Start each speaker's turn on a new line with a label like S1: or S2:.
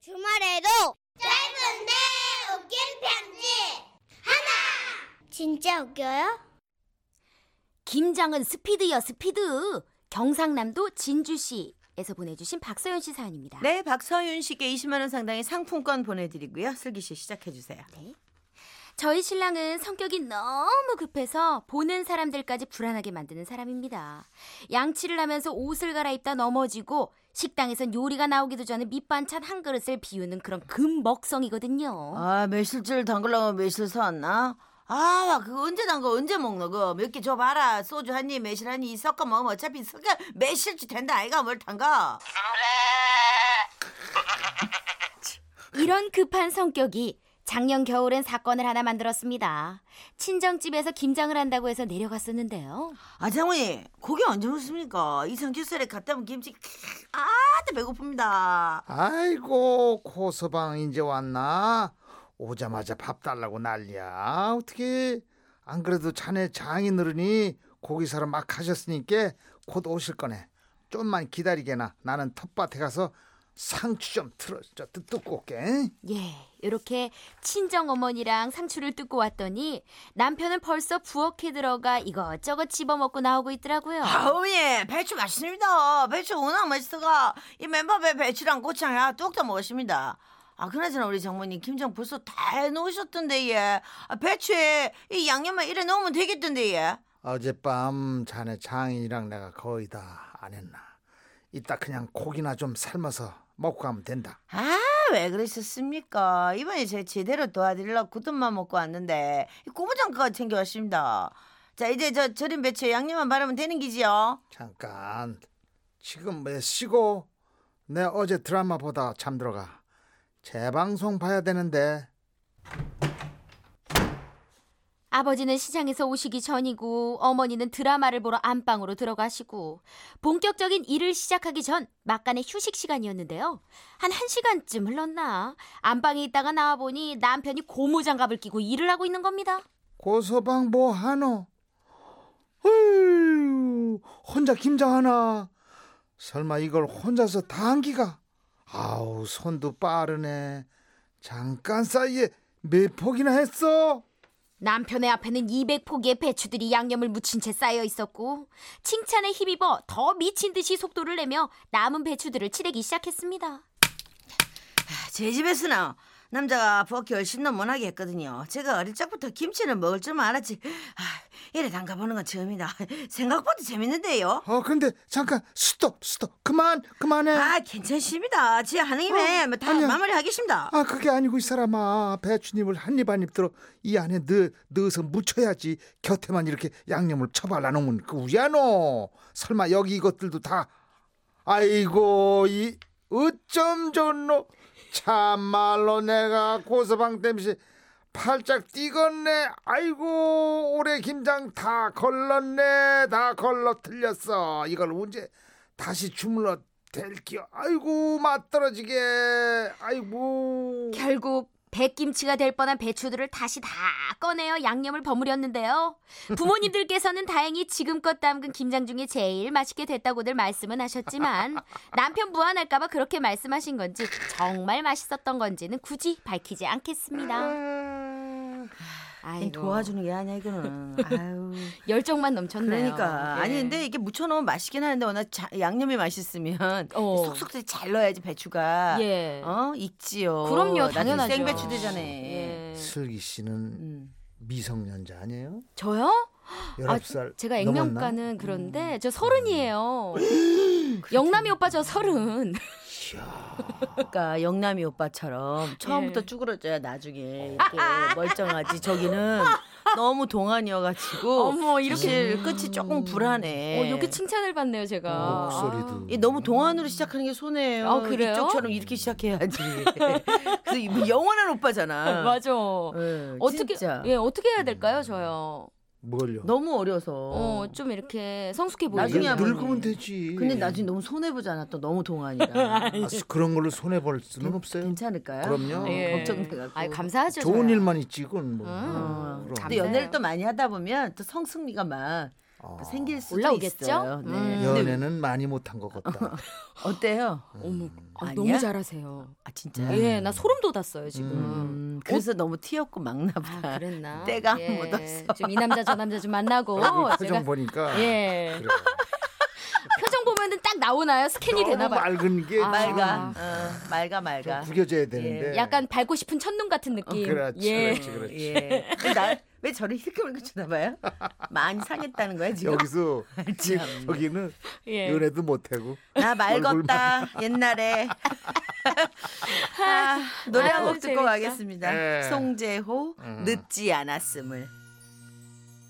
S1: 주말에도 짧은데 웃긴 편지 하나 진짜 웃겨요?
S2: 김장은 스피드여 스피드. 경상남도 진주시에서 보내주신 박서연 씨 사연입니다.
S3: 네, 박서윤 씨께 20만 원 상당의 상품권 보내드리고요. 슬기 씨 시작해 주세요.
S2: 저희 신랑은 성격이 너무 급해서 보는 사람들까지 불안하게 만드는 사람입니다. 양치를 하면서 옷을 갈아입다 넘어지고 식당에선 요리가 나오기도 전에 밑반찬 한 그릇을 비우는 그런 금먹성이거든요.
S3: 아, 매실줄 담글라고 매실 사왔나? 아, 그거 언제 담가 언제 먹노? 그거 몇 개 줘봐라. 소주 한 입, 매실 한 입 섞어 먹으면 어차피 섞여 매실주 된다. 아이가 뭘 담가? 그-
S2: 이런 급한 성격이 작년 겨울엔 사건을 하나 만들었습니다. 친정집에서 김장을 한다고 해서 내려갔었는데요.
S3: 아, 장모님, 고기 언제 먹습니까? 이 삼겹살에 갖다 놓은 김치, 아, 나 배고픕니다.
S4: 아이고 코서방 이제 왔나? 오자마자 밥 달라고 난리야. 어떻게? 안 그래도 자네 장이 늘으니 고기 사러 막 하셨으니까 곧 오실 거네. 좀만 기다리게나. 나는 텃밭에 가서 상추 좀 틀어 저 뜯- 뜯고 올게. 응?
S2: 예, 이렇게 친정 어머니랑 상추를 뜯고 왔더니 남편은 벌써 부엌에 들어가 이것저것 집어먹고 나오고 있더라고요.
S3: 아우예 배추 맛있습니다. 배추 워낙 맛있어가 이 맨밥에 배추랑 고창이랑 뚝딱 먹었습니다. 아 그나저나 우리 장모님 김장 벌써 다 해놓으셨던데 예. 아, 배추에 이 양념만 이래 넣으면 되겠던데 예.
S4: 어젯밤 자네 장인이랑 내가 거의 다 안 했나. 이따 그냥 고기나 좀 삶아서 먹고 가면 된다.
S3: 아 왜 그러셨습니까? 이번에 제가 제대로 도와드리려고 굳은만 먹고 왔는데 이 고무장까지 챙겨왔습니다. 자 이제 저 절인 배추에 양념만 바르면 되는 기지요.
S4: 잠깐 지금 몇 시고 내 어제 드라마 보다 잠들어가 재방송 봐야 되는데
S2: 아버지는 시장에서 오시기 전이고 어머니는 드라마를 보러 안방으로 들어가시고 본격적인 일을 시작하기 전 막간의 휴식 시간이었는데요. 한 1시간쯤 흘렀나 안방에 있다가 나와 보니 남편이 고무장갑을 끼고 일을 하고 있는 겁니다.
S4: 고서방 뭐 하노? 어휴, 혼자 김장하나? 설마 이걸 혼자서 다 한 기가? 아우 손도 빠르네 잠깐 사이에 몇 폭이나 했어?
S2: 남편의 앞에는 200포기의 배추들이 양념을 묻힌 채 쌓여 있었고 칭찬에 힘입어 더 미친 듯이 속도를 내며 남은 배추들을 치대기 시작했습니다.
S3: 제 집에서는 남자가 부엌에 열심히 못하게 했거든요. 제가 어릴 적부터 김치를 먹을 줄만 알았지. 아, 이래 담가보는 건 처음이다. 생각보다 재밌는데요.
S4: 어 근데 잠깐 스톱 스톱 그만 그만해
S3: 아, 괜찮습니다. 제 하는 김에
S2: 어,
S3: 뭐다
S4: 아니야.
S3: 마무리하겠습니다.
S4: 아 그게 아니고 이 사람아 배추잎을 한입 한입 들어 이 안에 넣, 넣어서 묻혀야지 곁에만 이렇게 양념을 쳐발라 놓으면 그 우야노 설마 여기 이것들도 다 아이고 이 어쩜 좋노 참말로 내가 고서방 땜시 팔짝 뛰겠네 아이고 올해 김장 다 걸렀네 다 걸러 틀렸어 이걸 언제 다시 주물러 댈게요 아이고 맛 떨어지게 아이고
S2: 결국 백김치가 될 뻔한 배추들을 다시 다 꺼내어 양념을 버무렸는데요. 부모님들께서는 다행히 지금껏 담근 김장 중에 제일 맛있게 됐다고들 말씀은 하셨지만 남편 무안할까봐 그렇게 말씀하신 건지 정말 맛있었던 건지는 굳이 밝히지
S3: 아.
S2: 않겠습니다. 네.
S3: 아니,
S2: 아이고,
S3: 네, 도와주는 게 아니야 이거는. 아유.
S2: 열정만 넘쳤네요.
S3: 그러니까
S2: 예.
S3: 아니 근데 이게 무쳐놓으면 맛있긴 하는데 워낙 자- 양념이 맛있으면
S2: 어.
S3: 속속들이 잘 넣어야지 배추가
S2: 예.
S3: 어 익지요.
S2: 그럼요,
S3: 나중에
S2: 당연하죠.
S3: 생배추 되잖아.
S2: 예.
S4: 슬기 씨는
S3: 음.
S4: 미성년자 아니에요?
S2: 저요?
S4: 19살
S2: 아, 제가
S4: 넘었나? 음.
S2: 액면가는 그런데 저 서른이에요. 영남이 오빠 저 서른.
S3: 그러니까 영남이 오빠처럼 처음부터
S2: 예. 어.
S3: 쭈그러져야 나중에 이렇게 멀쩡하지 저기는 너무 동안이어가지고 음.
S2: 어머, 이렇게. 음.
S3: 사실 끝이 조금 불안해.
S2: 어, 이렇게 칭찬을 받네요 제가.
S4: 어,
S2: 어,
S4: 목소리도
S3: 이 너무 동안으로 시작하는 게 손해예요.
S2: 아, 그래요?
S3: 이쪽처럼 이렇게 시작해야지. 그래서 이뭐 영원한 오빠잖아.
S2: 아, 맞아.
S3: 예,
S2: 어떻게
S3: 어. 진짜.
S2: 예 어떻게 해야
S4: 음.
S2: 될까요 저요?
S4: 뭘요?
S3: 너무 어려서.
S2: 어 좀 예. 이렇게 성숙해
S3: 나중에 예.
S2: 보이게.
S3: 하면-
S4: 늙으면 되지.
S3: 근데 나중에 너무 손해 보잖아. 또 너무 동안이라.
S4: 아, 그런 걸로 손해 볼
S2: 음,
S4: 수는 없어요.
S3: 괜찮을까요?
S4: 그럼요.
S2: 예.
S3: 걱정돼갖고.
S2: 아이 감사하죠.
S4: 좋은
S2: 저야.
S4: 일만 있지 그건 뭐.
S2: 음,
S4: 그럼.
S3: 또 연애를 또 많이 하다 보면 또 성숙미가 막그
S2: 그
S3: 생길 수도
S2: 올라오겠죠?
S3: 있어요. 네.
S2: 음.
S3: 근데
S4: 아, 연애는 많이 못한 것 같다.
S3: 어때요?
S2: 어머, 아,
S4: 음.
S3: 아니야?
S2: 너무 잘하세요.
S3: 아 진짜. 요
S2: 예, 나 소름 돋았어요 지금.
S3: 음, 그래서 너무 튀었고 막나 보다.
S2: 아, 그랬나?
S3: 때가
S2: 예,
S3: 묻었어.
S2: 좀이 남자 저 남자 좀 만나고
S4: 얼굴 표정
S2: 제가
S4: 보니까
S2: 예.
S4: 그래.
S2: 표정 보면은 딱 나오나요? 스캔이
S4: 너무
S2: 되나 봐요.
S4: 맑은 게
S2: 아. 예.
S3: 맑아.
S4: 맑아.
S5: 어, 맑아 맑아.
S4: 구겨져야 되는데.
S2: 약간 밟고 싶은 첫눈 같은 느낌.
S4: 네. 어, 그렇지,
S2: 예.
S4: 그렇지, 그렇지.
S3: 예. 근데 나- 왜 저를 이렇게 물고 쳐다봐요? 많이 상했다는 거야 지금?
S4: 여기서 지- 여기는
S2: 예.
S4: 연애도 못하고
S3: 나
S4: 얼굴만.
S3: 맑었다 옛날에. 아, 노래 한
S2: 아유,
S3: 곡 듣고
S2: 재밌다.
S3: 아, 가겠습니다.
S4: 예.
S3: 송재호
S4: 음.
S3: 늦지 않았음을.